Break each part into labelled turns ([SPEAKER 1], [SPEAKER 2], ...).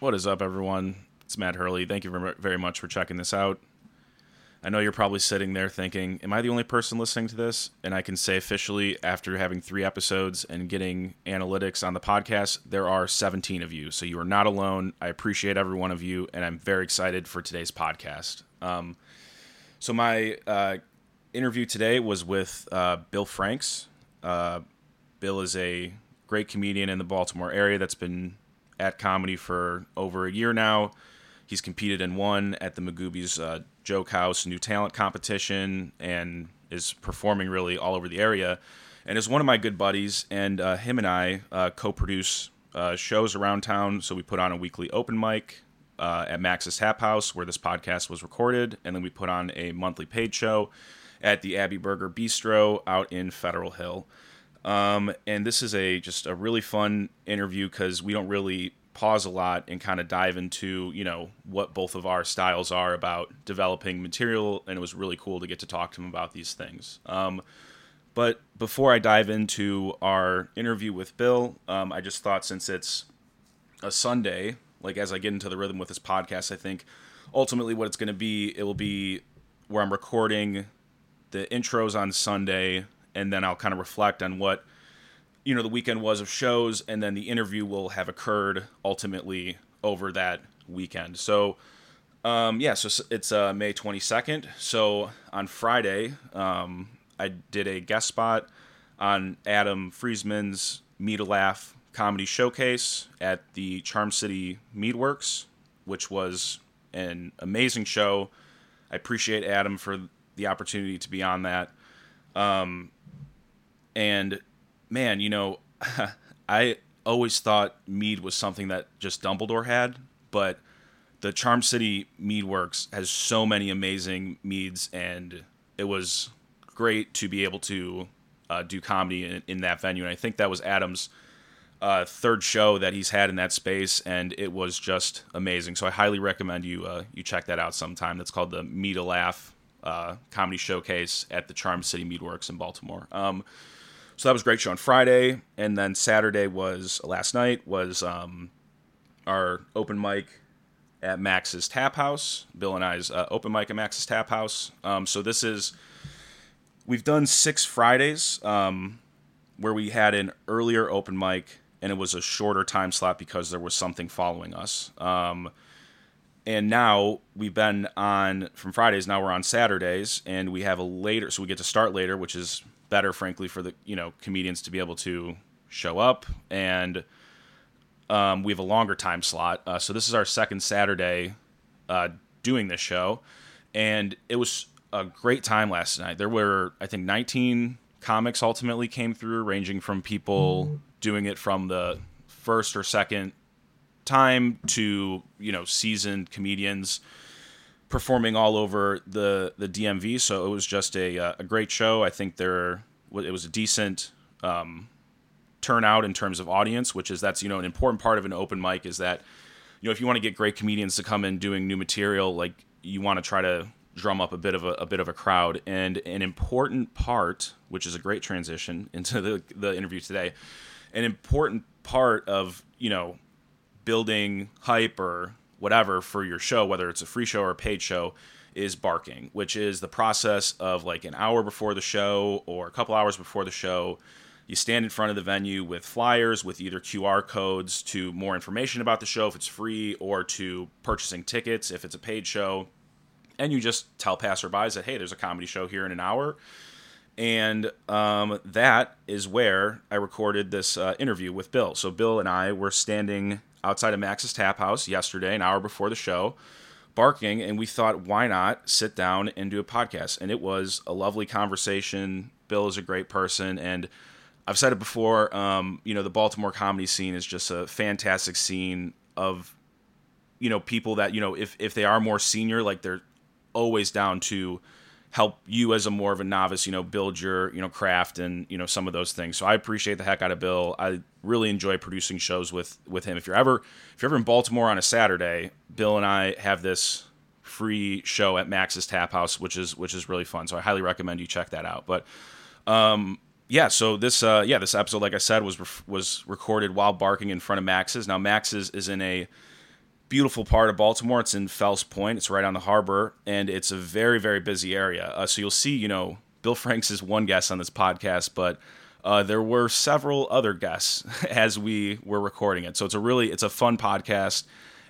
[SPEAKER 1] What is up, everyone? It's Matt Hurley. Thank you ver- very much for checking this out. I know you're probably sitting there thinking, Am I the only person listening to this? And I can say officially, after having three episodes and getting analytics on the podcast, there are 17 of you. So you are not alone. I appreciate every one of you, and I'm very excited for today's podcast. Um, so, my uh, interview today was with uh, Bill Franks. Uh, Bill is a great comedian in the Baltimore area that's been at comedy for over a year now. He's competed and won at the Magoobies uh, Joke House New Talent Competition and is performing really all over the area. And is one of my good buddies, and uh, him and I uh, co produce uh, shows around town. So we put on a weekly open mic uh, at Max's Tap House where this podcast was recorded, and then we put on a monthly paid show at the Abbey Burger Bistro out in Federal Hill. Um, and this is a just a really fun interview because we don't really pause a lot and kind of dive into you know what both of our styles are about developing material, and it was really cool to get to talk to him about these things. Um, but before I dive into our interview with Bill, um, I just thought since it's a Sunday, like as I get into the rhythm with this podcast, I think ultimately what it's going to be, it will be where I'm recording the intros on Sunday, and then I'll kind of reflect on what you know the weekend was of shows, and then the interview will have occurred ultimately over that weekend. So. Um, yeah, so s- it's uh, May 22nd. So on Friday, um, I did a guest spot on Adam Friesman's Meet a Laugh comedy showcase at the Charm City Meadworks, which was an amazing show. I appreciate Adam for the opportunity to be on that. Um, and man, you know, I always thought mead was something that just Dumbledore had, but the Charm City Mead Works has so many amazing meads, and it was great to be able to uh, do comedy in, in that venue. And I think that was Adam's uh, third show that he's had in that space, and it was just amazing. So I highly recommend you uh, you check that out sometime. That's called the Mead a Laugh uh, Comedy Showcase at the Charm City Mead Works in Baltimore. Um, so that was a great show on Friday, and then Saturday was last night was um, our open mic at Max's Tap House. Bill and I's uh, open mic at Max's Tap House. Um, so this is we've done six Fridays um, where we had an earlier open mic and it was a shorter time slot because there was something following us. Um, and now we've been on from Fridays. Now we're on Saturdays, and we have a later, so we get to start later, which is better, frankly, for the you know comedians to be able to show up and um, we have a longer time slot. Uh, so this is our second Saturday uh, doing this show, and it was a great time last night. There were, I think, 19 comics ultimately came through, ranging from people doing it from the first or second time to you know seasoned comedians performing all over the the DMV. So it was just a uh, a great show. I think there it was a decent um, turnout in terms of audience, which is that's you know an important part of an open mic is that you know if you want to get great comedians to come in doing new material, like you want to try to drum up a bit of a, a bit of a crowd. And an important part, which is a great transition into the the interview today, an important part of you know building hype or whatever for your show, whether it's a free show or a paid show, is barking, which is the process of like an hour before the show or a couple hours before the show. You stand in front of the venue with flyers, with either QR codes to more information about the show if it's free, or to purchasing tickets if it's a paid show. And you just tell passerbys that, hey, there's a comedy show here in an hour and um, that is where I recorded this uh, interview with Bill. So Bill and I were standing outside of Max's Tap House yesterday, an hour before the show, barking, and we thought, why not sit down and do a podcast? And it was a lovely conversation. Bill is a great person, and I've said it before. Um, you know, the Baltimore comedy scene is just a fantastic scene of you know people that you know if if they are more senior like they're always down to help you as a more of a novice you know build your you know craft and you know some of those things so i appreciate the heck out of bill i really enjoy producing shows with with him if you're ever if you're ever in baltimore on a saturday bill and i have this free show at max's tap house which is which is really fun so i highly recommend you check that out but um, yeah, so this uh, yeah this episode, like I said, was ref- was recorded while barking in front of Max's. Now Max's is in a beautiful part of Baltimore. It's in Fells Point. It's right on the harbor, and it's a very, very busy area. Uh, so you'll see, you know, Bill Franks is one guest on this podcast, but uh, there were several other guests as we were recording it. So it's a really, it's a fun podcast,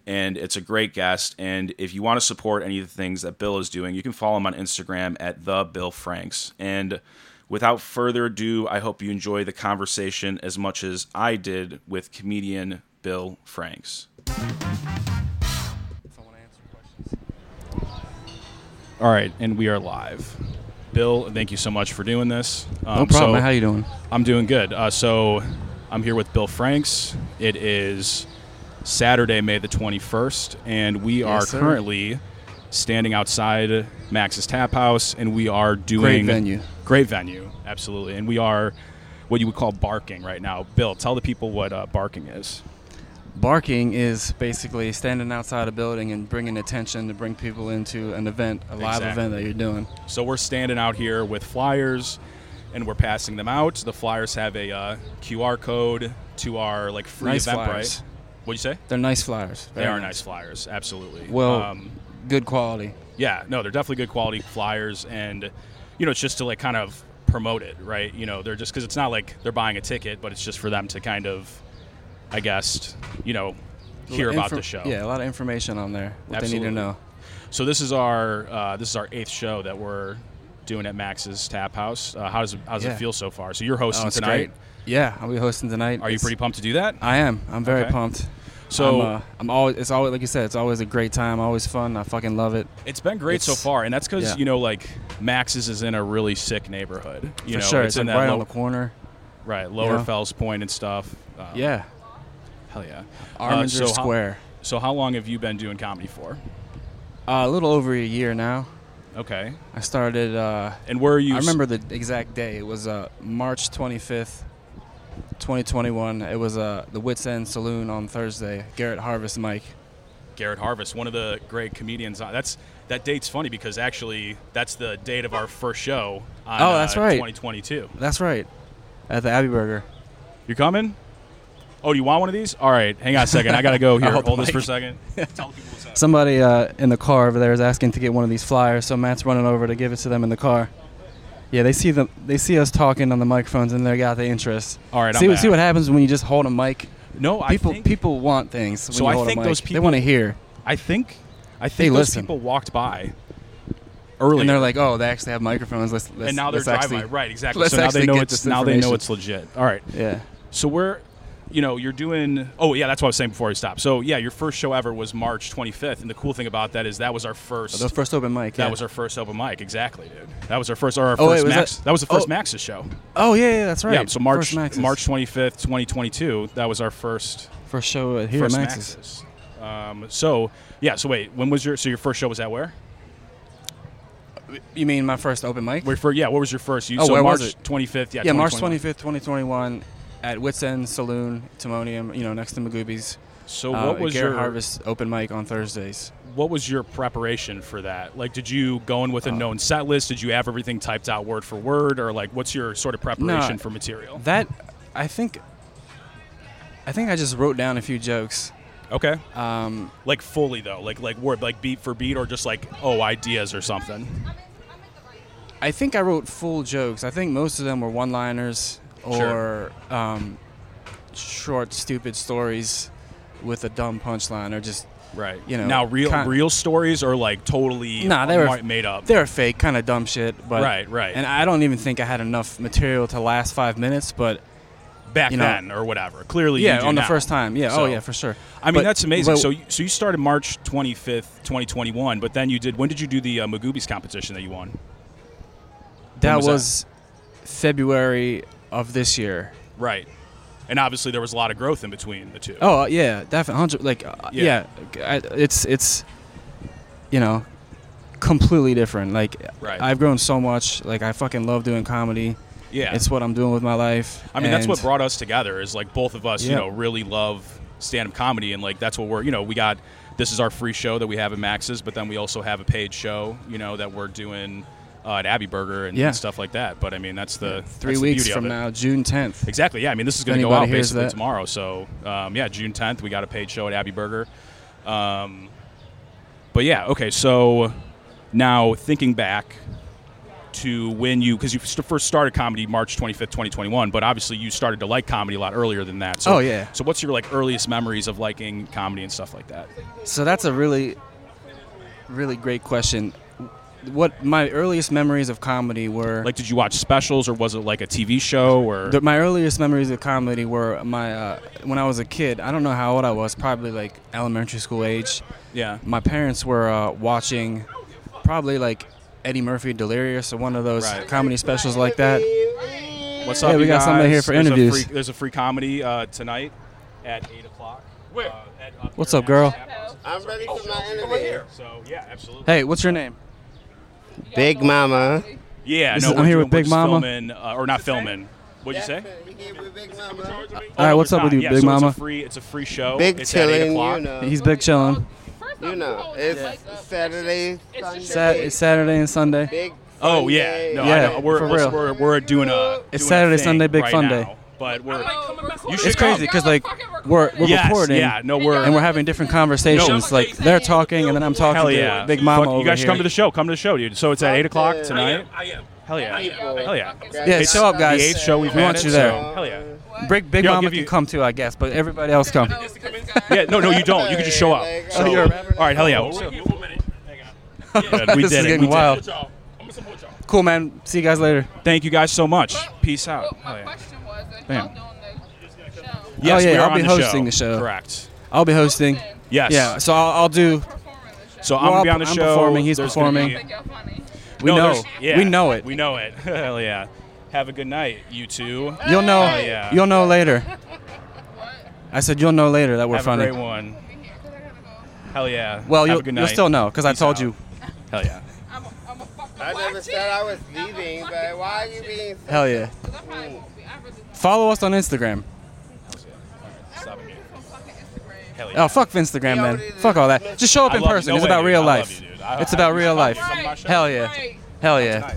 [SPEAKER 1] and it's a great guest. And if you want to support any of the things that Bill is doing, you can follow him on Instagram at the Bill Franks. And without further ado, I hope you enjoy the conversation as much as I did with comedian Bill Franks. All right, and we are live. Bill, thank you so much for doing this. Um,
[SPEAKER 2] No problem.
[SPEAKER 1] so-
[SPEAKER 2] man. How you doing?
[SPEAKER 1] I'm doing good. Uh, so I'm here with Bill Franks. It is Saturday, May the 21st, and we are
[SPEAKER 2] sir.
[SPEAKER 1] currently standing outside Max's Tap House, and we are doing
[SPEAKER 2] venue.
[SPEAKER 1] Great venue, absolutely. And we are what you would call barking right now. Bill, tell the people what uh, barking is.
[SPEAKER 2] Barking is basically standing outside a building and bringing attention to bring people into an event, a live
[SPEAKER 1] Exactly.
[SPEAKER 2] event that you're doing.
[SPEAKER 1] So we're standing out here with flyers, and we're passing them out. The flyers have a uh, QR code to our like free
[SPEAKER 2] Nice
[SPEAKER 1] event,
[SPEAKER 2] flyers.
[SPEAKER 1] What'd you say?
[SPEAKER 2] They're nice flyers.
[SPEAKER 1] They
[SPEAKER 2] Very
[SPEAKER 1] are nice flyers, absolutely. Um,
[SPEAKER 2] Well, good quality.
[SPEAKER 1] yeah, no, they're definitely good quality flyers, and you know, it's just to like kind of promote it, right? You know, they're just because it's not like they're buying a ticket, but it's just for them to kind of, I guess, you know, hear about
[SPEAKER 2] Infor-
[SPEAKER 1] the show.
[SPEAKER 2] Yeah, a lot of information on there. What they
[SPEAKER 1] Absolutely.
[SPEAKER 2] need to know.
[SPEAKER 1] So this is our uh, this is our eighth show that we're doing at Max's Tap House. Uh, how does it, how does
[SPEAKER 2] Yeah.
[SPEAKER 1] it feel so far? So you're hosting
[SPEAKER 2] Oh, it's
[SPEAKER 1] tonight.
[SPEAKER 2] great. Yeah, I'll be hosting tonight.
[SPEAKER 1] Are you
[SPEAKER 2] It's- Uh,
[SPEAKER 1] pretty pumped to do that?
[SPEAKER 2] I am. I'm very
[SPEAKER 1] Okay.
[SPEAKER 2] pumped.
[SPEAKER 1] So-
[SPEAKER 2] I'm, uh, I'm always. It's always like you said. It's always a great time. Always fun. I fucking love it.
[SPEAKER 1] It's been great so
[SPEAKER 2] It's-
[SPEAKER 1] far, and that's because
[SPEAKER 2] yeah.
[SPEAKER 1] you know like Max's is in a really sick neighborhood. You
[SPEAKER 2] For
[SPEAKER 1] know,
[SPEAKER 2] sure.
[SPEAKER 1] it's, in
[SPEAKER 2] like
[SPEAKER 1] that
[SPEAKER 2] right
[SPEAKER 1] low,
[SPEAKER 2] on the corner.
[SPEAKER 1] right lower
[SPEAKER 2] know?
[SPEAKER 1] Fells Point and stuff. Uh,
[SPEAKER 2] Yeah.
[SPEAKER 1] hell yeah. Uh,
[SPEAKER 2] Arminger
[SPEAKER 1] so how-
[SPEAKER 2] Square.
[SPEAKER 1] So how long have you been doing comedy for?
[SPEAKER 2] Uh, a little over a year now.
[SPEAKER 1] Okay.
[SPEAKER 2] I started. Uh,
[SPEAKER 1] And where are you?
[SPEAKER 2] I remember the exact day. It was uh, March 25th, 2021. It was uh, the Wits End Saloon on Thursday. Garrett Harvest Mike.
[SPEAKER 1] Garrett Harvest, one of the great comedians. On, that's that date's funny because actually that's the date of our first show. On,
[SPEAKER 2] Oh, that's
[SPEAKER 1] uh,
[SPEAKER 2] right.
[SPEAKER 1] 2022.
[SPEAKER 2] That's right. At the Abbey Burger.
[SPEAKER 1] You coming? Oh, you want one of these? All right, hang on a second. I gotta go here.
[SPEAKER 2] I'll hold
[SPEAKER 1] Hold
[SPEAKER 2] the
[SPEAKER 1] this for a
[SPEAKER 2] mic.
[SPEAKER 1] second. Tell the people what's up.
[SPEAKER 2] Somebody uh, in the car over there is asking to get one of these flyers, so Matt's running over to give it to them in the car. Yeah, they see them. They see us talking on the microphones, and they got the interest.
[SPEAKER 1] All right, I'm
[SPEAKER 2] see, what-
[SPEAKER 1] back.
[SPEAKER 2] see what happens when you just hold a mic.
[SPEAKER 1] No,
[SPEAKER 2] People,
[SPEAKER 1] I think,
[SPEAKER 2] people want things. When
[SPEAKER 1] So
[SPEAKER 2] you
[SPEAKER 1] I
[SPEAKER 2] hold a
[SPEAKER 1] think
[SPEAKER 2] mic.
[SPEAKER 1] those
[SPEAKER 2] they
[SPEAKER 1] people-
[SPEAKER 2] want to hear,
[SPEAKER 1] I think, I think
[SPEAKER 2] They
[SPEAKER 1] those
[SPEAKER 2] listen.
[SPEAKER 1] people walked by early,
[SPEAKER 2] and they're like, "Oh, they actually have microphones." Let's, let's
[SPEAKER 1] and now they're
[SPEAKER 2] let's
[SPEAKER 1] driving.
[SPEAKER 2] actually-
[SPEAKER 1] by. Right, exactly.
[SPEAKER 2] let's
[SPEAKER 1] So now they
[SPEAKER 2] actually
[SPEAKER 1] know
[SPEAKER 2] get
[SPEAKER 1] it's
[SPEAKER 2] this
[SPEAKER 1] now they know
[SPEAKER 2] information.
[SPEAKER 1] it's legit. All right.
[SPEAKER 2] Yeah.
[SPEAKER 1] So we're, you know, you're doing. Oh yeah, that's what I was saying before we stopped. So yeah, your first show ever was March 25th, and the cool thing about that is that was our
[SPEAKER 2] Oh,
[SPEAKER 1] first.
[SPEAKER 2] The first open mic.
[SPEAKER 1] that
[SPEAKER 2] yeah.
[SPEAKER 1] was our first open mic, exactly, dude. That was our first, or our
[SPEAKER 2] Oh, wait,
[SPEAKER 1] first
[SPEAKER 2] was
[SPEAKER 1] Max. That,
[SPEAKER 2] that-
[SPEAKER 1] was the first
[SPEAKER 2] oh.
[SPEAKER 1] Max's show.
[SPEAKER 2] Oh yeah, yeah, that's right.
[SPEAKER 1] Yeah, so March
[SPEAKER 2] first Max's.
[SPEAKER 1] March 25th, 2022. That was our first
[SPEAKER 2] first show at here at
[SPEAKER 1] first
[SPEAKER 2] Max's.
[SPEAKER 1] Max's. Um, so yeah, so wait, when was your so your first show was at where?
[SPEAKER 2] You mean my first open mic?
[SPEAKER 1] Where for? Yeah, what was your first? You,
[SPEAKER 2] Oh,
[SPEAKER 1] so
[SPEAKER 2] where
[SPEAKER 1] March
[SPEAKER 2] was it?
[SPEAKER 1] 25th. Yeah,
[SPEAKER 2] yeah, March
[SPEAKER 1] 2021.
[SPEAKER 2] 25th, 2021, at Wits End Saloon, Timonium, you know, next to Magoobies.
[SPEAKER 1] So
[SPEAKER 2] Uh,
[SPEAKER 1] what was
[SPEAKER 2] Garrett
[SPEAKER 1] your
[SPEAKER 2] Harvest open mic on Thursdays?
[SPEAKER 1] what was your preparation for that? Like, did you go in
[SPEAKER 2] Uh,
[SPEAKER 1] with a known set list? Did you have everything typed out word for word, or like, what's your sort of preparation
[SPEAKER 2] No.
[SPEAKER 1] for material?
[SPEAKER 2] That I think I think I just wrote down a few jokes.
[SPEAKER 1] Okay,
[SPEAKER 2] Um,
[SPEAKER 1] like fully though, like like word like beat for beat, or just like oh ideas or something.
[SPEAKER 2] I think I wrote full jokes. I think most of them were one-liners
[SPEAKER 1] Sure.
[SPEAKER 2] or um, short, stupid stories with a dumb punchline or just
[SPEAKER 1] Right.
[SPEAKER 2] You know,
[SPEAKER 1] now real
[SPEAKER 2] kind-
[SPEAKER 1] real stories or like totally
[SPEAKER 2] Nah, they were-
[SPEAKER 1] mar- made up.
[SPEAKER 2] They're fake, kind of dumb shit. But
[SPEAKER 1] Right, right.
[SPEAKER 2] And I don't even think I had enough material to last five minutes. But
[SPEAKER 1] back
[SPEAKER 2] you know-
[SPEAKER 1] then or whatever. Clearly, you
[SPEAKER 2] yeah,
[SPEAKER 1] do
[SPEAKER 2] on
[SPEAKER 1] now.
[SPEAKER 2] the first time, yeah.
[SPEAKER 1] So-
[SPEAKER 2] oh yeah, for sure.
[SPEAKER 1] I mean,
[SPEAKER 2] But-
[SPEAKER 1] that's amazing.
[SPEAKER 2] but
[SPEAKER 1] so, you, so you started March twenty fifth, twenty twenty one, but then you did. When did you do the uh, Magoobies competition that you won?
[SPEAKER 2] that
[SPEAKER 1] was
[SPEAKER 2] was,
[SPEAKER 1] that?
[SPEAKER 2] February of this year.
[SPEAKER 1] Right. And obviously, there was a lot of growth in between the two.
[SPEAKER 2] Oh yeah, definitely. Hundred like uh,
[SPEAKER 1] Yeah.
[SPEAKER 2] yeah, I, it's it's you know completely different. Like
[SPEAKER 1] Right.
[SPEAKER 2] I've grown so much. Like I fucking love doing comedy.
[SPEAKER 1] yeah.
[SPEAKER 2] It's what I'm doing with my life.
[SPEAKER 1] I mean, that's what
[SPEAKER 2] and-
[SPEAKER 1] brought us together is like both of us, you
[SPEAKER 2] Yeah.
[SPEAKER 1] know, really love stand up comedy. And like that's what we're, you know, we got this is our free show that we have at Max's, but then we also have a paid show, you know, that we're doing uh, at Abbey Burger and,
[SPEAKER 2] Yeah.
[SPEAKER 1] and stuff like that. But I mean, that's the
[SPEAKER 2] three
[SPEAKER 1] that's the
[SPEAKER 2] weeks
[SPEAKER 1] beauty of
[SPEAKER 2] from
[SPEAKER 1] it.
[SPEAKER 2] now, June 10th.
[SPEAKER 1] Exactly. Yeah. I mean, this is going to go out
[SPEAKER 2] anybody hears
[SPEAKER 1] basically
[SPEAKER 2] that.
[SPEAKER 1] tomorrow. So, um, yeah, June 10th, we got a paid show at Abbey Burger. Um, but yeah, okay. So now thinking back to when you, because you st- first started comedy March 25th, 2021, but obviously you started to like comedy a lot earlier than that. So,
[SPEAKER 2] Oh, yeah.
[SPEAKER 1] So what's your like earliest memories of liking comedy and stuff like that?
[SPEAKER 2] So that's a really, really great question. What my earliest memories of comedy were
[SPEAKER 1] Like, did you watch specials or was it like a TV show or?
[SPEAKER 2] The, my earliest memories of comedy were my uh, when I was a kid. I don't know how old I was, probably like elementary school age.
[SPEAKER 1] yeah.
[SPEAKER 2] My parents were uh, watching probably like Eddie Murphy Delirious or one of those
[SPEAKER 1] Right.
[SPEAKER 2] comedy specials like that.
[SPEAKER 1] What's
[SPEAKER 2] Hey,
[SPEAKER 1] up?
[SPEAKER 2] we
[SPEAKER 1] you
[SPEAKER 2] got
[SPEAKER 1] guys?
[SPEAKER 2] somebody here for
[SPEAKER 1] There's a
[SPEAKER 2] interviews.
[SPEAKER 1] free- there's a free comedy uh, tonight at eight o'clock. Where? Uh, at, up
[SPEAKER 2] What's
[SPEAKER 1] here
[SPEAKER 2] up, girl?
[SPEAKER 1] at Apple's.
[SPEAKER 3] I'm ready for my
[SPEAKER 1] Right
[SPEAKER 3] interview.
[SPEAKER 1] here. So yeah, absolutely.
[SPEAKER 2] Hey, what's your name?
[SPEAKER 3] Big Mama.
[SPEAKER 1] Yeah,
[SPEAKER 2] This
[SPEAKER 1] no,
[SPEAKER 2] is-
[SPEAKER 1] we're
[SPEAKER 2] I'm here
[SPEAKER 1] doing-
[SPEAKER 2] with
[SPEAKER 1] we're
[SPEAKER 2] Big
[SPEAKER 1] just
[SPEAKER 2] Mama.
[SPEAKER 1] filming, uh, or not filming. What'd you say?
[SPEAKER 2] All right,
[SPEAKER 1] Oh,
[SPEAKER 2] what's
[SPEAKER 1] we're
[SPEAKER 2] up
[SPEAKER 1] not.
[SPEAKER 2] with you,
[SPEAKER 1] Yeah,
[SPEAKER 2] Big
[SPEAKER 1] so
[SPEAKER 2] Mama?
[SPEAKER 1] It's a free, it's a free show.
[SPEAKER 3] Big
[SPEAKER 1] it's at eight
[SPEAKER 3] chillin',
[SPEAKER 1] o'clock.
[SPEAKER 3] you know.
[SPEAKER 2] He's big chillin'.
[SPEAKER 3] You know, it's Saturday, Sunday.
[SPEAKER 2] Sa- it's Saturday and Sunday.
[SPEAKER 3] Big
[SPEAKER 1] Oh yeah,
[SPEAKER 3] Sunday.
[SPEAKER 1] no,
[SPEAKER 2] Yeah,
[SPEAKER 1] I know. We're,
[SPEAKER 2] for
[SPEAKER 1] listen,
[SPEAKER 2] real.
[SPEAKER 1] we're we're doing a.
[SPEAKER 2] It's
[SPEAKER 1] doing a
[SPEAKER 2] Saturday,
[SPEAKER 1] thing
[SPEAKER 2] Sunday, Big
[SPEAKER 1] right
[SPEAKER 2] Fun
[SPEAKER 1] now,
[SPEAKER 2] Day.
[SPEAKER 1] but we're
[SPEAKER 2] It's crazy because like we're we're
[SPEAKER 1] Yes,
[SPEAKER 2] recording
[SPEAKER 1] yeah, no, we're-
[SPEAKER 2] and we're having different conversations.
[SPEAKER 1] No.
[SPEAKER 2] Like they're talking and then I'm talking
[SPEAKER 1] hell
[SPEAKER 2] to
[SPEAKER 1] yeah,
[SPEAKER 2] Big Mama
[SPEAKER 1] Fuck,
[SPEAKER 2] over
[SPEAKER 1] you guys should
[SPEAKER 2] here.
[SPEAKER 1] come to the show. Come to the show, dude. So it's at eight o'clock
[SPEAKER 3] I am.
[SPEAKER 1] tonight.
[SPEAKER 4] I am.
[SPEAKER 1] Hell yeah,
[SPEAKER 3] people.
[SPEAKER 1] hell yeah.
[SPEAKER 2] Yeah, show up, guys.
[SPEAKER 1] The eighth show we've
[SPEAKER 2] We
[SPEAKER 1] had
[SPEAKER 2] want
[SPEAKER 1] it,
[SPEAKER 2] you there.
[SPEAKER 1] so- hell yeah.
[SPEAKER 2] Big Big
[SPEAKER 1] Yo, I'll
[SPEAKER 2] Mama
[SPEAKER 1] give you-
[SPEAKER 2] can come too, I guess, but everybody else come.
[SPEAKER 1] Yeah, no, no, you don't. You can just show up.
[SPEAKER 3] Like,
[SPEAKER 1] So,
[SPEAKER 3] oh, you're a rapper
[SPEAKER 1] all right, hell yeah.
[SPEAKER 4] We're here for a minute. Hang on.
[SPEAKER 1] Yeah, we
[SPEAKER 2] This
[SPEAKER 1] did
[SPEAKER 2] is
[SPEAKER 1] it.
[SPEAKER 2] getting
[SPEAKER 1] we did it.
[SPEAKER 2] wild.
[SPEAKER 4] Support y'all. I'm gonna support y'all.
[SPEAKER 2] Cool, man. See you guys later.
[SPEAKER 1] Thank you guys so much. Peace out.
[SPEAKER 5] But Oh,
[SPEAKER 2] Oh,
[SPEAKER 5] my
[SPEAKER 1] Hell yeah.
[SPEAKER 5] question was, if
[SPEAKER 1] Bam.
[SPEAKER 5] y'all doing the show,
[SPEAKER 1] Yes,
[SPEAKER 2] yeah,
[SPEAKER 1] we are
[SPEAKER 2] I'll
[SPEAKER 1] on
[SPEAKER 2] be
[SPEAKER 1] the
[SPEAKER 2] hosting the show.
[SPEAKER 1] Correct.
[SPEAKER 2] I'll be hosting.
[SPEAKER 1] Yes.
[SPEAKER 2] Yeah, so I'll, I'll do.
[SPEAKER 5] performing the show,
[SPEAKER 1] So I'm
[SPEAKER 2] Well,
[SPEAKER 1] gonna be on the
[SPEAKER 2] I'm
[SPEAKER 1] show.
[SPEAKER 2] performing, he's
[SPEAKER 1] There's gonna
[SPEAKER 5] I
[SPEAKER 2] performing.
[SPEAKER 1] be-
[SPEAKER 5] think y'all funny.
[SPEAKER 2] We
[SPEAKER 1] No,
[SPEAKER 2] know.
[SPEAKER 1] there's- yeah.
[SPEAKER 2] We know it.
[SPEAKER 1] We know it. Hell yeah. Have a good night, you two.
[SPEAKER 2] You'll know.
[SPEAKER 1] Hell Oh, yeah.
[SPEAKER 2] You'll know later. I said you'll know later that we're
[SPEAKER 1] Have
[SPEAKER 2] funny.
[SPEAKER 1] a great one.
[SPEAKER 5] Be here, 'cause I gotta go.
[SPEAKER 1] Hell yeah.
[SPEAKER 2] Well,
[SPEAKER 1] Have
[SPEAKER 2] you'll,
[SPEAKER 1] a good
[SPEAKER 2] you'll
[SPEAKER 1] night.
[SPEAKER 2] still know because I
[SPEAKER 1] Peace
[SPEAKER 2] told
[SPEAKER 1] out.
[SPEAKER 2] you.
[SPEAKER 1] Hell yeah.
[SPEAKER 5] I'm a, I'm a fucking
[SPEAKER 3] I never
[SPEAKER 5] watch
[SPEAKER 3] said
[SPEAKER 5] it.
[SPEAKER 3] I was leaving, but why Mm. are you being so
[SPEAKER 2] Hell yeah.
[SPEAKER 5] 'Cause I probably won't be. I really won't.
[SPEAKER 2] Follow us on Instagram.
[SPEAKER 1] Stop it.
[SPEAKER 5] I'm fucking Instagram.
[SPEAKER 1] Hell yeah.
[SPEAKER 2] Oh, fuck Instagram
[SPEAKER 3] Yeah,
[SPEAKER 2] then.
[SPEAKER 3] but it-
[SPEAKER 2] Fuck all that. Just show up
[SPEAKER 1] I
[SPEAKER 2] in
[SPEAKER 1] love you.
[SPEAKER 2] person.
[SPEAKER 1] No
[SPEAKER 2] it's
[SPEAKER 1] way,
[SPEAKER 2] about
[SPEAKER 1] dude.
[SPEAKER 2] real
[SPEAKER 1] I love
[SPEAKER 2] life.
[SPEAKER 1] you, dude. I-
[SPEAKER 2] It's
[SPEAKER 1] I-
[SPEAKER 2] about
[SPEAKER 1] I-
[SPEAKER 2] real
[SPEAKER 1] I-
[SPEAKER 2] life.
[SPEAKER 1] Come to my show.
[SPEAKER 2] Hell yeah.
[SPEAKER 5] Right.
[SPEAKER 2] Hell yeah.
[SPEAKER 1] Tonight.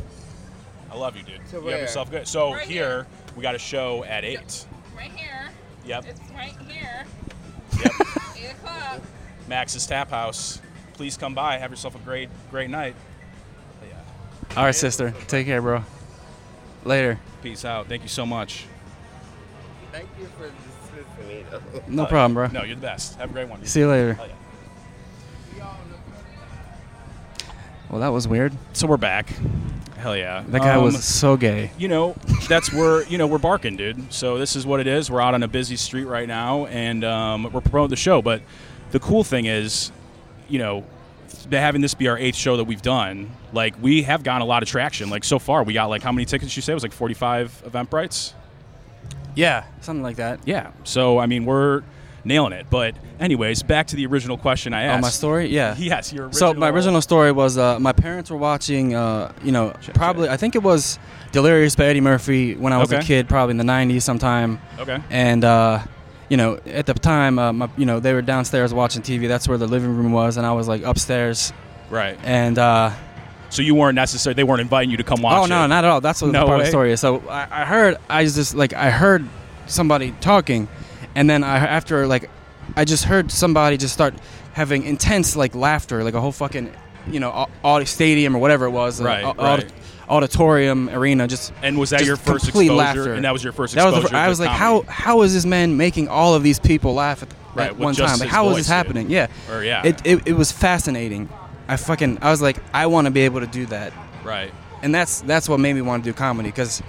[SPEAKER 1] I love you, dude. You have
[SPEAKER 3] where?
[SPEAKER 1] yourself good. So
[SPEAKER 5] Right
[SPEAKER 1] here we got a show at eight.
[SPEAKER 5] Right here.
[SPEAKER 1] Yep.
[SPEAKER 5] It's right here. Eight o'clock.
[SPEAKER 1] Max's Tap House. Please come by. Have yourself a great, great night. Hell yeah.
[SPEAKER 2] All right, sister. Take care, bro. Later.
[SPEAKER 1] Peace out. Thank you so much.
[SPEAKER 3] Thank you for dismissing me, though.
[SPEAKER 2] No problem, bro.
[SPEAKER 1] No, you're the best. Have a great one.
[SPEAKER 2] See you later.
[SPEAKER 1] Hell yeah.
[SPEAKER 2] Well, that was weird.
[SPEAKER 1] So we're back. Hell yeah.
[SPEAKER 2] That guy
[SPEAKER 1] Um,
[SPEAKER 2] was so gay.
[SPEAKER 1] You know, that's where you know we're barking, dude. So this is what it is. We're out on a busy street right now, and um, we're promoting the show. But the cool thing is, you know, th- having this be our eighth show that we've done, like we have gotten a lot of traction. Like so far, we got like how many tickets? did You say it was like forty-five Eventbrites.
[SPEAKER 2] Yeah, something like that.
[SPEAKER 1] Yeah. So I mean, we're nailing it. But anyways, back to the original question I asked.
[SPEAKER 2] Oh, my story. Yeah.
[SPEAKER 1] Yes, your
[SPEAKER 2] So my original story was uh, my parents were watching, uh, you know, probably I think it was Delirious by Eddie Murphy when I was a
[SPEAKER 1] Okay.
[SPEAKER 2] kid, probably in the '90s sometime.
[SPEAKER 1] Okay.
[SPEAKER 2] And uh, you know, at the time, uh, my, you know, they were downstairs watching TV. That's where the living room was, and I was like upstairs.
[SPEAKER 1] Right.
[SPEAKER 2] And uh,
[SPEAKER 1] So you weren't necessary. They weren't inviting you to come watch.
[SPEAKER 2] oh no,
[SPEAKER 1] it.
[SPEAKER 2] not at all. That's what
[SPEAKER 1] No
[SPEAKER 2] the part of
[SPEAKER 1] way.
[SPEAKER 2] the story is. So I, I heard, I was just like, I heard somebody talking, and then I after like, I just heard somebody just start having intense like laughter, like a whole fucking, you know, au- audi- stadium or whatever it was, uh,
[SPEAKER 1] Right,
[SPEAKER 2] au-
[SPEAKER 1] right.
[SPEAKER 2] audi- auditorium arena, just
[SPEAKER 1] And was that
[SPEAKER 2] just
[SPEAKER 1] your first
[SPEAKER 2] complete
[SPEAKER 1] exposure?
[SPEAKER 2] Laughter.
[SPEAKER 1] And that was your first
[SPEAKER 2] That was the
[SPEAKER 1] exposure
[SPEAKER 2] fir- I
[SPEAKER 1] to
[SPEAKER 2] was like,
[SPEAKER 1] comedy?
[SPEAKER 2] how how is this man making all of these people laugh at,
[SPEAKER 1] Right,
[SPEAKER 2] at
[SPEAKER 1] with
[SPEAKER 2] one
[SPEAKER 1] just
[SPEAKER 2] time? Like,
[SPEAKER 1] his
[SPEAKER 2] how is
[SPEAKER 1] voice,
[SPEAKER 2] this
[SPEAKER 1] dude.
[SPEAKER 2] happening? Yeah,
[SPEAKER 1] Or, yeah.
[SPEAKER 2] it, it it was fascinating. I fucking I was like, I want to be able to do that
[SPEAKER 1] Right.
[SPEAKER 2] and that's that's what made me want to do comedy because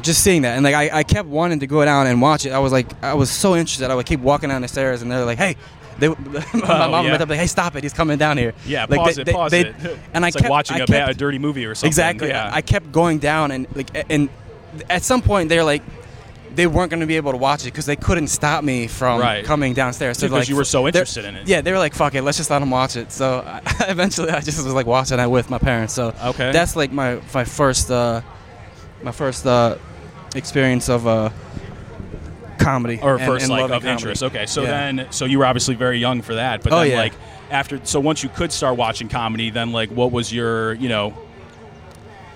[SPEAKER 2] just seeing that and like I, I kept wanting to go down and watch it i was like i was so interested i would keep walking down the stairs and they're like hey they, my mom
[SPEAKER 1] Oh, yeah.
[SPEAKER 2] went up like hey stop it he's coming down here
[SPEAKER 1] Yeah.
[SPEAKER 2] like
[SPEAKER 1] pause
[SPEAKER 2] they-
[SPEAKER 1] it.
[SPEAKER 2] they-
[SPEAKER 1] pause
[SPEAKER 2] they-
[SPEAKER 1] it.
[SPEAKER 2] and i
[SPEAKER 1] it's
[SPEAKER 2] kept
[SPEAKER 1] like watching
[SPEAKER 2] I
[SPEAKER 1] a,
[SPEAKER 2] kept,
[SPEAKER 1] bad, a dirty movie or something.
[SPEAKER 2] exactly
[SPEAKER 1] Yeah.
[SPEAKER 2] i kept going down and like a- and at some point they're like they weren't going to be able to watch it because they couldn't stop me from
[SPEAKER 1] Right.
[SPEAKER 2] coming downstairs. So
[SPEAKER 1] Dude, 'cause
[SPEAKER 2] like
[SPEAKER 1] you were so
[SPEAKER 2] they're-
[SPEAKER 1] interested in it.
[SPEAKER 2] Yeah, they were like, "Fuck it, let's just let them watch it." So I, eventually, I just was like watching it with my parents. So
[SPEAKER 1] Okay.
[SPEAKER 2] that's like my my first uh, my first uh, experience of uh, comedy
[SPEAKER 1] or
[SPEAKER 2] and-
[SPEAKER 1] first
[SPEAKER 2] and
[SPEAKER 1] like of
[SPEAKER 2] loving comedy.
[SPEAKER 1] interest. Okay, so
[SPEAKER 2] Yeah.
[SPEAKER 1] then so you were obviously very young for that, but
[SPEAKER 2] Oh,
[SPEAKER 1] then
[SPEAKER 2] yeah.
[SPEAKER 1] like after so once you could start watching comedy, then like what was your you know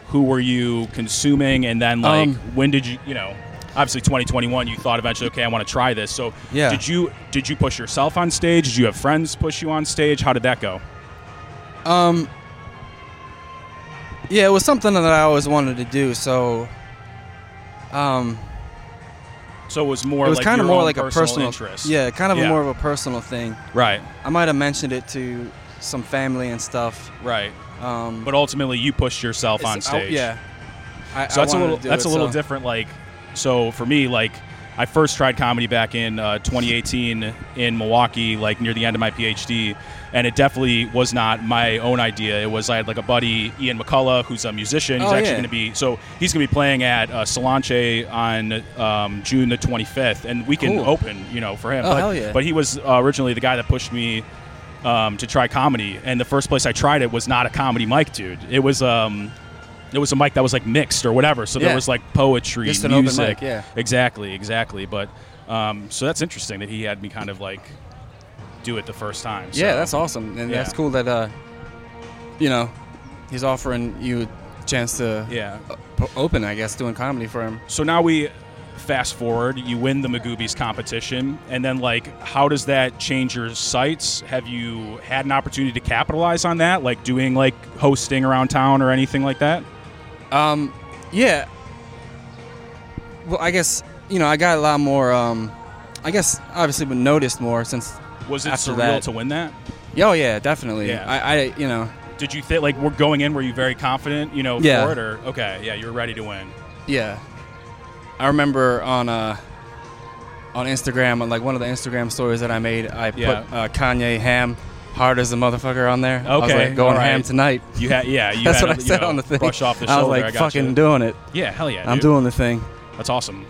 [SPEAKER 1] who were you consuming, and then like
[SPEAKER 2] Um,
[SPEAKER 1] when did you you know obviously 2021 you thought eventually okay I want to try this. So
[SPEAKER 2] Yeah.
[SPEAKER 1] did you did you push yourself on stage? Did you have friends push you on stage? How did that go?
[SPEAKER 2] Um. Yeah, it was something that I always wanted to do. So, um,
[SPEAKER 1] So it was more
[SPEAKER 2] it was
[SPEAKER 1] like
[SPEAKER 2] kind of
[SPEAKER 1] your
[SPEAKER 2] more
[SPEAKER 1] own
[SPEAKER 2] like
[SPEAKER 1] personal
[SPEAKER 2] a personal
[SPEAKER 1] interest.
[SPEAKER 2] Yeah, kind of
[SPEAKER 1] Yeah.
[SPEAKER 2] A more of a personal thing.
[SPEAKER 1] Right.
[SPEAKER 2] I might have mentioned it to some family and stuff.
[SPEAKER 1] Right.
[SPEAKER 2] Um,
[SPEAKER 1] But ultimately you pushed yourself on
[SPEAKER 2] it's- I-
[SPEAKER 1] stage.
[SPEAKER 2] yeah. I,
[SPEAKER 1] So
[SPEAKER 2] I
[SPEAKER 1] that's a
[SPEAKER 2] wanted
[SPEAKER 1] little
[SPEAKER 2] to do
[SPEAKER 1] that's
[SPEAKER 2] it,
[SPEAKER 1] a little
[SPEAKER 2] so-
[SPEAKER 1] different. Like, so for me, like, I first tried comedy back in uh, 2018 in Milwaukee, like near the end of my PhD, and it definitely was not my own idea. It was I had like a buddy Ian McCullough, who's a musician. He's
[SPEAKER 2] Oh,
[SPEAKER 1] actually
[SPEAKER 2] yeah.
[SPEAKER 1] going to be so he's going to be playing at uh, Solange on um, June the 25th, and we can
[SPEAKER 2] Cool.
[SPEAKER 1] open, you know, for him.
[SPEAKER 2] Oh,
[SPEAKER 1] but,
[SPEAKER 2] hell yeah.
[SPEAKER 1] but he was uh, originally the guy that pushed me um, to try comedy, and the first place I tried it was not a comedy mic, dude. It was um, it was a mic that was like mixed or whatever, so there
[SPEAKER 2] Yeah.
[SPEAKER 1] was like poetry,
[SPEAKER 2] Just an open
[SPEAKER 1] music,
[SPEAKER 2] mic, yeah.
[SPEAKER 1] exactly, exactly. But um, so that's interesting that he had me kind of like do it the first time. So.
[SPEAKER 2] Yeah, that's awesome, and
[SPEAKER 1] Yeah.
[SPEAKER 2] that's cool that uh, you know, he's offering you a chance to
[SPEAKER 1] yeah.
[SPEAKER 2] p- open, I guess, doing comedy for him.
[SPEAKER 1] So now we fast forward. You win the Magoobies competition, and then like, how does that change your sights? Have you had an opportunity to capitalize on that, like doing like hosting around town or anything like that?
[SPEAKER 2] Um, yeah. Well, I guess you know I got a lot more. Um, I guess obviously been noticed more since.
[SPEAKER 1] Was it
[SPEAKER 2] After
[SPEAKER 1] surreal
[SPEAKER 2] that-
[SPEAKER 1] to win that?
[SPEAKER 2] Oh yeah, definitely.
[SPEAKER 1] Yeah.
[SPEAKER 2] I, I you know
[SPEAKER 1] Did you think like we're going in? Were you very confident? You know,
[SPEAKER 2] Yeah.
[SPEAKER 1] for it or okay, yeah, you were ready to win.
[SPEAKER 2] yeah. I remember on uh on Instagram on like one of the Instagram stories that I made, I put
[SPEAKER 1] Yeah.
[SPEAKER 2] uh, Kanye Ham hard as a motherfucker on there. I was
[SPEAKER 1] Okay,
[SPEAKER 2] like, going
[SPEAKER 1] all right.
[SPEAKER 2] ham tonight.
[SPEAKER 1] You had yeah, you
[SPEAKER 2] That's
[SPEAKER 1] had
[SPEAKER 2] what
[SPEAKER 1] a-
[SPEAKER 2] I
[SPEAKER 1] you
[SPEAKER 2] said
[SPEAKER 1] know,
[SPEAKER 2] on the thing.
[SPEAKER 1] Brush off the
[SPEAKER 2] I was
[SPEAKER 1] shoulder.
[SPEAKER 2] like,
[SPEAKER 1] I gotcha.
[SPEAKER 2] fucking doing it.
[SPEAKER 1] Yeah, hell yeah.
[SPEAKER 2] I'm
[SPEAKER 1] dude.
[SPEAKER 2] doing the thing.
[SPEAKER 1] That's awesome.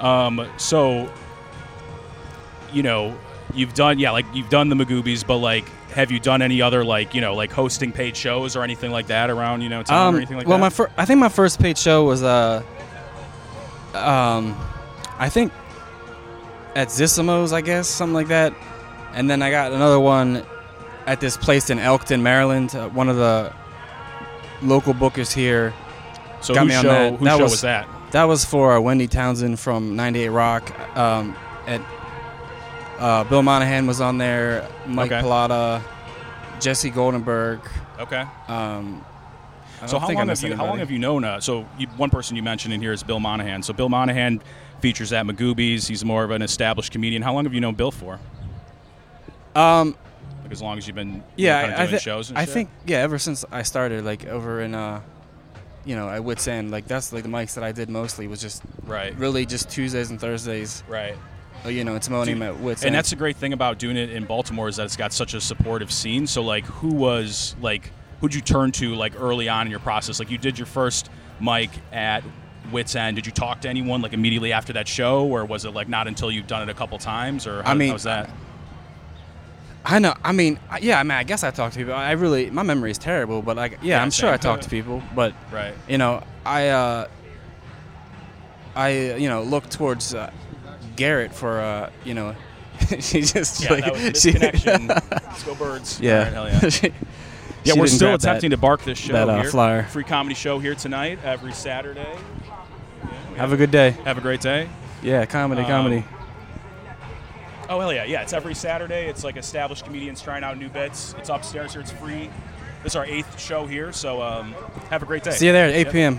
[SPEAKER 1] Um, so you know, you've done yeah, like you've done the Magoobies, but like, have you done any other like you know like hosting paid shows or anything like that around you know town or anything like
[SPEAKER 2] Um, well,
[SPEAKER 1] that?
[SPEAKER 2] my fir- I think my first paid show was uh, um, I think at Zissimo's, I guess something like that, and then I got another one at this place in Elkton, Maryland. Uh, one of the local bookers here.
[SPEAKER 1] so
[SPEAKER 2] got
[SPEAKER 1] whose
[SPEAKER 2] me on
[SPEAKER 1] show,
[SPEAKER 2] that.
[SPEAKER 1] whose
[SPEAKER 2] That
[SPEAKER 1] show
[SPEAKER 2] was-
[SPEAKER 1] was that?
[SPEAKER 2] That was for uh, Wendy Townsend from 98 Rock. Um, at uh, Bill Monahan was on there, Mike
[SPEAKER 1] Okay.
[SPEAKER 2] Pallotta, Jesse Goldenberg.
[SPEAKER 1] Okay.
[SPEAKER 2] Um, I
[SPEAKER 1] So
[SPEAKER 2] don't
[SPEAKER 1] how
[SPEAKER 2] think I
[SPEAKER 1] long have
[SPEAKER 2] missed
[SPEAKER 1] you? How
[SPEAKER 2] anybody.
[SPEAKER 1] long have you known? Uh, so you, one person you mentioned in here is Bill Monahan. So Bill Monahan features at Magoobies. He's more of an established comedian. How long have you known Bill for?
[SPEAKER 2] Um,
[SPEAKER 1] Like as long as you've been you know,
[SPEAKER 2] yeah,
[SPEAKER 1] kinda
[SPEAKER 2] I, I,
[SPEAKER 1] doing
[SPEAKER 2] thi-
[SPEAKER 1] shows. And
[SPEAKER 2] I
[SPEAKER 1] shit?
[SPEAKER 2] think yeah. Ever since I started, like over in, uh, you know, at Wits End, like that's like the mics that I did mostly was just
[SPEAKER 1] right,
[SPEAKER 2] really just Tuesdays and Thursdays.
[SPEAKER 1] right.
[SPEAKER 2] uh, You know, it's Millennium
[SPEAKER 1] Dude,
[SPEAKER 2] at Wits
[SPEAKER 1] and
[SPEAKER 2] End.
[SPEAKER 1] that's the great thing about doing it in Baltimore is that it's got such a supportive scene. So like, who was like, who'd you turn to like early on in your process? Like, you did your first mic at Wits End. Did you talk to anyone like immediately after that show, or was it like not until you've done it a couple times, or how,
[SPEAKER 2] mean,
[SPEAKER 1] how's that?
[SPEAKER 2] I know. I mean, I- yeah. I mean, I guess I talked to people. I really, my memory is terrible, but like, yeah,
[SPEAKER 1] Yeah,
[SPEAKER 2] I'm sure
[SPEAKER 1] same.
[SPEAKER 2] I talked to people, but
[SPEAKER 1] Right.
[SPEAKER 2] you know, I, uh, I, uh, you know, look towards uh, Garrett for, uh, you know, she just
[SPEAKER 1] Yeah,
[SPEAKER 2] like
[SPEAKER 1] that was
[SPEAKER 2] she-
[SPEAKER 1] misconnection. Let's go birds.
[SPEAKER 2] yeah,
[SPEAKER 1] All right, hell yeah.
[SPEAKER 2] She-
[SPEAKER 1] Yeah,
[SPEAKER 2] she
[SPEAKER 1] we're
[SPEAKER 2] didn't
[SPEAKER 1] still
[SPEAKER 2] grab that.
[SPEAKER 1] attempting to bark this show
[SPEAKER 2] that, uh,
[SPEAKER 1] here.
[SPEAKER 2] flyer.
[SPEAKER 1] Free comedy show here tonight, every Saturday.
[SPEAKER 2] Have a good day.
[SPEAKER 1] Have a great day.
[SPEAKER 2] Yeah, comedy,
[SPEAKER 1] Um,
[SPEAKER 2] comedy.
[SPEAKER 1] Oh hell yeah, yeah! It's every Saturday. It's like established comedians trying out new bits. It's upstairs here. It's free. This is our eighth show here, so um, have a great day.
[SPEAKER 2] See you there at 8 p.m.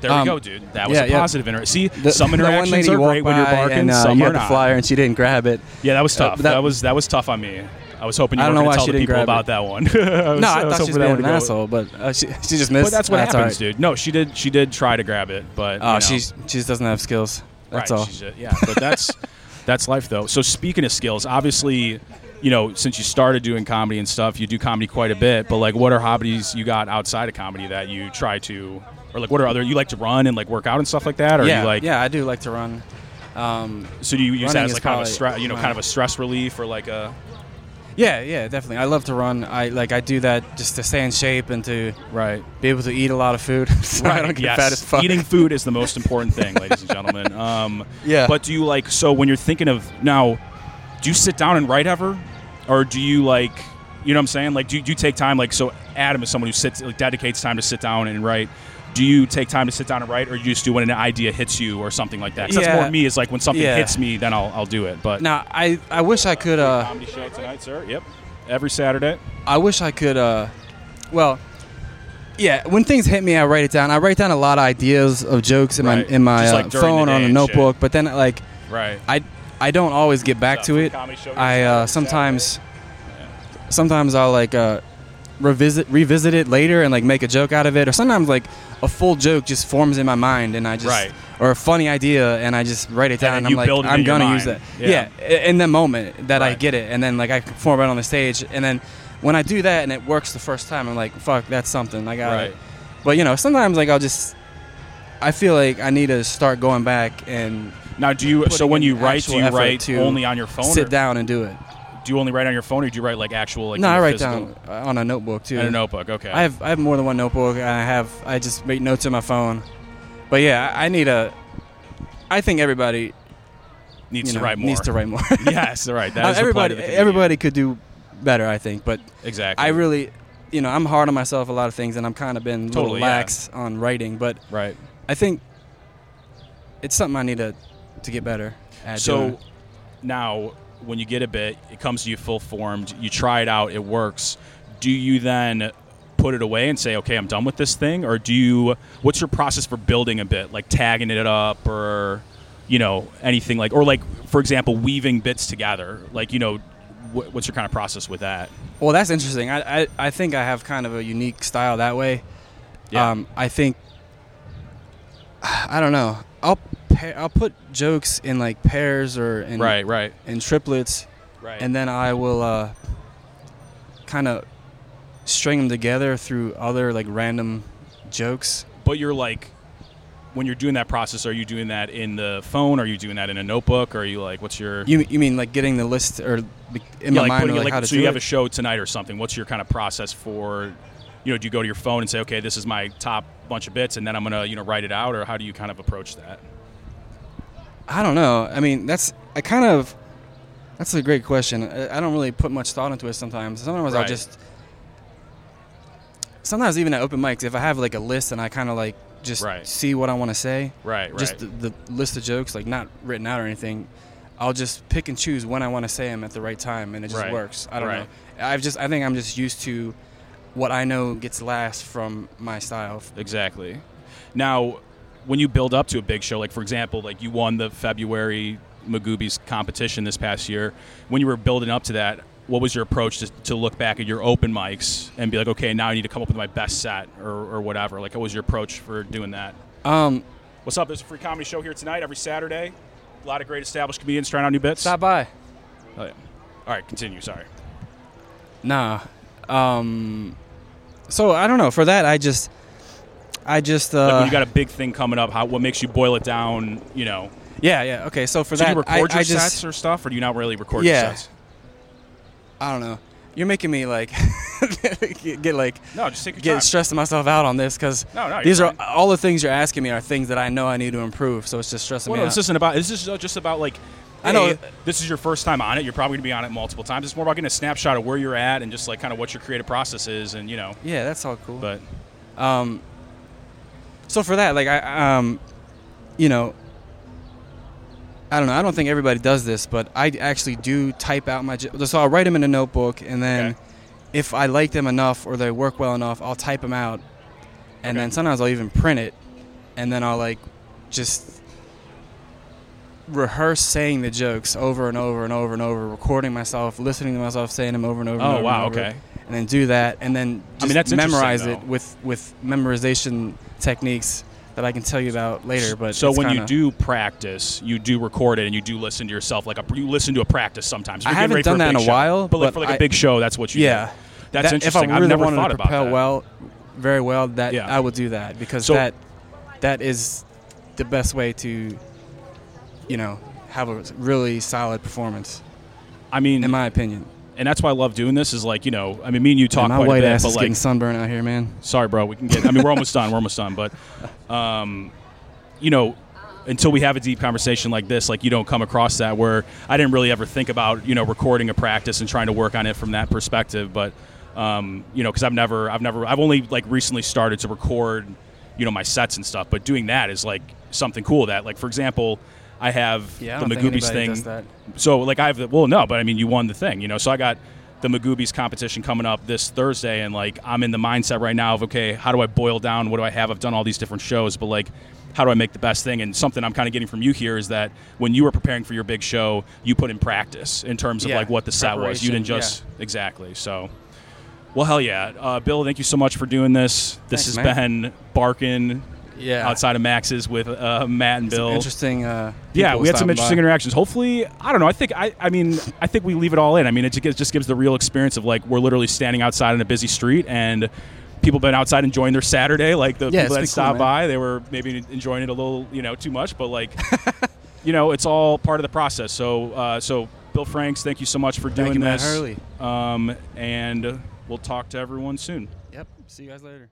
[SPEAKER 1] There
[SPEAKER 2] Um,
[SPEAKER 1] we go, dude. That was
[SPEAKER 2] yeah,
[SPEAKER 1] a
[SPEAKER 2] yeah.
[SPEAKER 1] positive inter See,
[SPEAKER 2] The-
[SPEAKER 1] some
[SPEAKER 2] that
[SPEAKER 1] interactions
[SPEAKER 2] one lady
[SPEAKER 1] are
[SPEAKER 2] walked
[SPEAKER 1] great when you're
[SPEAKER 2] by
[SPEAKER 1] barking.
[SPEAKER 2] and, uh,
[SPEAKER 1] some
[SPEAKER 2] you
[SPEAKER 1] are
[SPEAKER 2] had the
[SPEAKER 1] not.
[SPEAKER 2] flyer and she didn't grab it.
[SPEAKER 1] Yeah, that was
[SPEAKER 2] Uh,
[SPEAKER 1] tough.
[SPEAKER 2] that-
[SPEAKER 1] that, was that was tough on me. I was hoping you
[SPEAKER 2] I
[SPEAKER 1] were
[SPEAKER 2] don't
[SPEAKER 1] going
[SPEAKER 2] know why
[SPEAKER 1] to tell
[SPEAKER 2] she
[SPEAKER 1] the
[SPEAKER 2] didn't
[SPEAKER 1] people
[SPEAKER 2] grab
[SPEAKER 1] about
[SPEAKER 2] it.
[SPEAKER 1] that one. I was-
[SPEAKER 2] No,
[SPEAKER 1] I
[SPEAKER 2] I
[SPEAKER 1] was hoping
[SPEAKER 2] thought she was
[SPEAKER 1] that
[SPEAKER 2] being
[SPEAKER 1] would
[SPEAKER 2] an
[SPEAKER 1] go-
[SPEAKER 2] asshole, but uh, she, she just missed.
[SPEAKER 1] But that's what
[SPEAKER 2] That's all
[SPEAKER 1] happens,
[SPEAKER 2] right.
[SPEAKER 1] dude. No, she did. She did try to grab it, but
[SPEAKER 2] Oh,
[SPEAKER 1] you know.
[SPEAKER 2] she she just doesn't have skills. That's
[SPEAKER 1] right,
[SPEAKER 2] all.
[SPEAKER 1] she's a- yeah, but that's that's life though. So speaking of skills, obviously, you know, since you started doing comedy and stuff, you do comedy quite a bit. But like, what are hobbies you got outside of comedy that you try to, or like, what are other you like to run and like work out and stuff like that? Or
[SPEAKER 2] yeah,
[SPEAKER 1] you like,
[SPEAKER 2] yeah, I do like to run. Um,
[SPEAKER 1] So do you use
[SPEAKER 2] Running
[SPEAKER 1] that as
[SPEAKER 2] is
[SPEAKER 1] like kind of a
[SPEAKER 2] probably
[SPEAKER 1] stre- you know,
[SPEAKER 2] my-
[SPEAKER 1] kind of a stress relief or like a
[SPEAKER 2] yeah, yeah, definitely. I love to run. I like I do that just to stay in shape and to
[SPEAKER 1] right.
[SPEAKER 2] be able to eat a lot of food. so I don't get
[SPEAKER 1] yes.
[SPEAKER 2] fat as fuck.
[SPEAKER 1] Eating food is the most important thing, ladies and gentlemen. Um,
[SPEAKER 2] Yeah.
[SPEAKER 1] But do you like so when you're thinking of now? Do you sit down and write ever, or do you like you know what I'm saying? Like, do, do you take time? Like, so Adam is someone who sits like dedicates time to sit down and write. do you take time to sit down and write, or you just do when an idea hits you, or something like that? 'Cause
[SPEAKER 2] Yeah.
[SPEAKER 1] That's more me. Is like when something
[SPEAKER 2] Yeah.
[SPEAKER 1] hits me, then I'll, I'll do it. But
[SPEAKER 2] Now I I wish I could uh
[SPEAKER 1] comedy show tonight, sir. Yep, every Saturday.
[SPEAKER 2] I wish I could uh well yeah when things hit me I write it down I write down a lot of ideas of jokes in
[SPEAKER 1] Right.
[SPEAKER 2] my in my
[SPEAKER 1] Just,
[SPEAKER 2] uh,
[SPEAKER 1] like, during the
[SPEAKER 2] phone
[SPEAKER 1] day
[SPEAKER 2] on a
[SPEAKER 1] and
[SPEAKER 2] notebook
[SPEAKER 1] shit.
[SPEAKER 2] but then like
[SPEAKER 1] Right.
[SPEAKER 2] I I don't always get back
[SPEAKER 1] Stuff
[SPEAKER 2] to
[SPEAKER 1] from
[SPEAKER 2] it
[SPEAKER 1] comedy show
[SPEAKER 2] I
[SPEAKER 1] yourself
[SPEAKER 2] uh,
[SPEAKER 1] on
[SPEAKER 2] sometimes sometimes I'll like uh revisit revisit it later and like make a joke out of it or sometimes like a full joke just forms in my mind and I just
[SPEAKER 1] Right.
[SPEAKER 2] or a funny idea and I just write it
[SPEAKER 1] And
[SPEAKER 2] down
[SPEAKER 1] then
[SPEAKER 2] and,
[SPEAKER 1] you
[SPEAKER 2] I'm like
[SPEAKER 1] build it
[SPEAKER 2] I'm
[SPEAKER 1] in your
[SPEAKER 2] gonna
[SPEAKER 1] mind.
[SPEAKER 2] use that
[SPEAKER 1] Yeah.
[SPEAKER 2] yeah. i- in that moment that I
[SPEAKER 1] Right.
[SPEAKER 2] get it and then like I perform it on the stage and then when I do that and it works the first time I'm like fuck that's something I got
[SPEAKER 1] Right.
[SPEAKER 2] it but you know sometimes like I'll just I feel like I need to start going back and
[SPEAKER 1] Now, do you? So
[SPEAKER 2] putting
[SPEAKER 1] when
[SPEAKER 2] in
[SPEAKER 1] you write, do
[SPEAKER 2] actual
[SPEAKER 1] you
[SPEAKER 2] effort
[SPEAKER 1] write
[SPEAKER 2] to
[SPEAKER 1] only on your phone?
[SPEAKER 2] sit
[SPEAKER 1] or
[SPEAKER 2] down and do it
[SPEAKER 1] Do you only write on your phone, or do you write like actual like?
[SPEAKER 2] no
[SPEAKER 1] in
[SPEAKER 2] I
[SPEAKER 1] your
[SPEAKER 2] write
[SPEAKER 1] physical-
[SPEAKER 2] down uh, on a notebook too
[SPEAKER 1] in a notebook. Okay.
[SPEAKER 2] I have I have more than one notebook. And I have I just make notes in my phone. But yeah, I I need a. I think everybody
[SPEAKER 1] needs
[SPEAKER 2] you
[SPEAKER 1] to
[SPEAKER 2] know,
[SPEAKER 1] write more.
[SPEAKER 2] needs to write more.
[SPEAKER 1] Yes, right. That is the plight
[SPEAKER 2] everybody
[SPEAKER 1] of the comedian.
[SPEAKER 2] everybody could do better, I think. But
[SPEAKER 1] Exactly.
[SPEAKER 2] I really, you know, I'm hard on myself a lot of things, and I'm kind of been a little
[SPEAKER 1] Totally, yeah.
[SPEAKER 2] lax on writing. But
[SPEAKER 1] right.
[SPEAKER 2] I think it's something I need to to get better at.
[SPEAKER 1] So
[SPEAKER 2] doing.
[SPEAKER 1] now, when you get a bit, it comes to you full formed. You try it out. It works. Do you then put it away and say, "Okay, I'm done with this thing," or do you? What's your process for building a bit, like tagging it up, or you know, anything like, or like, for example, weaving bits together? Like, you know, wh- what's your kind of process with that?
[SPEAKER 2] well, that's interesting. I, I I think I have kind of a unique style that way. Um, I think I don't know. I'll pair, I'll put jokes in like pairs or in
[SPEAKER 1] right. Right.
[SPEAKER 2] in triplets,
[SPEAKER 1] Right.
[SPEAKER 2] and then I will uh, kind of string them together through other like random jokes.
[SPEAKER 1] but you're like when you're doing that process are you doing that in the phone are you doing that in a notebook or are you like what's your
[SPEAKER 2] You you mean like getting the list or be- in
[SPEAKER 1] yeah,
[SPEAKER 2] my
[SPEAKER 1] like
[SPEAKER 2] mind
[SPEAKER 1] putting
[SPEAKER 2] or,
[SPEAKER 1] it,
[SPEAKER 2] like,
[SPEAKER 1] like,
[SPEAKER 2] how to
[SPEAKER 1] so
[SPEAKER 2] do
[SPEAKER 1] you have
[SPEAKER 2] it?
[SPEAKER 1] a show tonight or something what's your kind of process for you know do you go to your phone and say okay this is my top bunch of bits and then i'm gonna you know write it out or how do you kind of approach that
[SPEAKER 2] I don't know. I mean, that's I kind of that's a great question. I, I don't really put much thought into it sometimes. Sometimes
[SPEAKER 1] Right.
[SPEAKER 2] I'll just sometimes even at open mics, if I have like a list and I kind of like just
[SPEAKER 1] Right.
[SPEAKER 2] see what I want to say,
[SPEAKER 1] right right
[SPEAKER 2] just the, the list of jokes, like not written out or anything. I'll just pick and choose when I want to say them at the right time, and it just
[SPEAKER 1] Right.
[SPEAKER 2] works. I don't
[SPEAKER 1] Right.
[SPEAKER 2] know. I've just I think I'm just used to what I know gets last from my style.
[SPEAKER 1] exactly now when you build up to a big show like for example like you won the february magoobies competition this past year when you were building up to that what was your approach to, to look back at your open mics and be like okay now i need to come up with my best set or, or whatever like what was your approach for doing that
[SPEAKER 2] Um,
[SPEAKER 1] what's up there's a free comedy show here tonight every saturday a lot of great established comedians trying out new bits
[SPEAKER 2] stop by.
[SPEAKER 1] Oh, yeah. all right continue sorry
[SPEAKER 2] Nah. Um so I don't know. For that I just I just uh
[SPEAKER 1] like when you got a big thing coming up how what makes you boil it down you know
[SPEAKER 2] Yeah, yeah. Okay. So for
[SPEAKER 1] so do
[SPEAKER 2] that
[SPEAKER 1] you record
[SPEAKER 2] I,
[SPEAKER 1] your
[SPEAKER 2] I just
[SPEAKER 1] sets or stuff or do you not really record your
[SPEAKER 2] Yeah.
[SPEAKER 1] sets
[SPEAKER 2] I don't know. You're making me like get, get like
[SPEAKER 1] no just take your
[SPEAKER 2] get
[SPEAKER 1] time
[SPEAKER 2] stressing myself out on this cuz
[SPEAKER 1] No, no, you're
[SPEAKER 2] these are
[SPEAKER 1] fine.
[SPEAKER 2] all the things you're asking me are things that I know I need to improve. So it's just stressing
[SPEAKER 1] Well,
[SPEAKER 2] me
[SPEAKER 1] no,
[SPEAKER 2] out.
[SPEAKER 1] this isn't about. This is just about like.
[SPEAKER 2] I know-
[SPEAKER 1] hey, this is your first time on it. You're probably gonna be on it multiple times. It's more about getting a snapshot of where you're at and just like kind of what your creative process is, and you know.
[SPEAKER 2] yeah, that's all cool.
[SPEAKER 1] But
[SPEAKER 2] Um, so for that, like I, um, you know, I don't know. I don't think everybody does this, but I actually do type out my. jo- So I'll write them in a notebook, and then
[SPEAKER 1] Okay.
[SPEAKER 2] if I like them enough or they work well enough, I'll type them out, and
[SPEAKER 1] Okay.
[SPEAKER 2] then sometimes I'll even print it, and then I'll like just rehearse saying the jokes over and over and over and over, recording myself, listening to myself saying them over and over.
[SPEAKER 1] Oh,
[SPEAKER 2] and over and
[SPEAKER 1] wow,
[SPEAKER 2] over,
[SPEAKER 1] okay.
[SPEAKER 2] And then do that, and then
[SPEAKER 1] I mean,
[SPEAKER 2] just
[SPEAKER 1] that's interesting,
[SPEAKER 2] memorize it
[SPEAKER 1] though.
[SPEAKER 2] with with memorization techniques that I can tell you about later. But
[SPEAKER 1] so
[SPEAKER 2] it's
[SPEAKER 1] when
[SPEAKER 2] kinda-
[SPEAKER 1] you do practice, you do record it and you do listen to yourself. Like a, you listen to a practice sometimes. If
[SPEAKER 2] I
[SPEAKER 1] you're getting
[SPEAKER 2] haven't
[SPEAKER 1] ready for
[SPEAKER 2] done that in
[SPEAKER 1] big
[SPEAKER 2] a
[SPEAKER 1] show.
[SPEAKER 2] while,
[SPEAKER 1] but, like
[SPEAKER 2] but
[SPEAKER 1] for like a
[SPEAKER 2] I-
[SPEAKER 1] big show, that's what you.
[SPEAKER 2] yeah,
[SPEAKER 1] do. that's
[SPEAKER 2] That-
[SPEAKER 1] interesting.
[SPEAKER 2] If I really
[SPEAKER 1] have never
[SPEAKER 2] wanted
[SPEAKER 1] thought
[SPEAKER 2] to
[SPEAKER 1] about
[SPEAKER 2] propel
[SPEAKER 1] that.
[SPEAKER 2] well, very well, that
[SPEAKER 1] Yeah.
[SPEAKER 2] I would do that because
[SPEAKER 1] So-
[SPEAKER 2] that that is the best way to, you know, have a really solid performance,
[SPEAKER 1] I mean,
[SPEAKER 2] in my opinion.
[SPEAKER 1] and that's why I love doing this. Is like you know, I mean, me and you talk
[SPEAKER 2] And my
[SPEAKER 1] quite
[SPEAKER 2] white
[SPEAKER 1] a bit,
[SPEAKER 2] ass
[SPEAKER 1] but
[SPEAKER 2] is
[SPEAKER 1] like
[SPEAKER 2] getting sunburned out here, man.
[SPEAKER 1] Sorry, bro. We can get. I mean, we're almost done. We're almost done. But, um, you know, until we have a deep conversation like this, like you don't come across that where I didn't really ever think about you know recording a practice and trying to work on it from that perspective. But, um, you know, because I've never, I've never, I've only like recently started to record you know my sets and stuff. But doing that is like something cool. That like for example, I have
[SPEAKER 2] Yeah, I
[SPEAKER 1] the
[SPEAKER 2] don't think
[SPEAKER 1] Magoobies
[SPEAKER 2] anybody
[SPEAKER 1] thing.
[SPEAKER 2] does that.
[SPEAKER 1] So like I have the well no, but I mean you won the thing, you know. So I got the Magoobies competition coming up this Thursday, and like I'm in the mindset right now of okay, how do I boil down? What do I have? I've done all these different shows, but like. How do I make the best thing? And something I'm kind of getting from you here is that when you were preparing for your big show, you put in practice in terms of
[SPEAKER 2] Yeah,
[SPEAKER 1] like what the set was. You didn't
[SPEAKER 2] preparation,
[SPEAKER 1] just exactly. So, well, hell yeah, uh, Bill. Thank you so much for doing this. This
[SPEAKER 2] Thanks,
[SPEAKER 1] has been barking
[SPEAKER 2] Yeah.
[SPEAKER 1] outside of Max's with uh, Matt and Bill.
[SPEAKER 2] Interesting. Uh,
[SPEAKER 1] Yeah,
[SPEAKER 2] people
[SPEAKER 1] we had some
[SPEAKER 2] stopping
[SPEAKER 1] interesting
[SPEAKER 2] by.
[SPEAKER 1] interactions. Hopefully, I don't know. I think I, I mean, I think we leave it all in. I mean, it ju- gives- just gives the real experience of like we're literally standing outside in a busy street and people been outside enjoying their Saturday. Like the people
[SPEAKER 2] Yeah, it's been cool,
[SPEAKER 1] that stopped
[SPEAKER 2] man.
[SPEAKER 1] by, they were maybe enjoying it a little, you know, too much. But like, you know, it's all part of the process. So, uh, so Bill Franks, thank you so much for doing
[SPEAKER 2] you, Matt
[SPEAKER 1] this.
[SPEAKER 2] Hurley.
[SPEAKER 1] Um, and we'll talk to everyone soon.
[SPEAKER 2] Yep. See you guys later.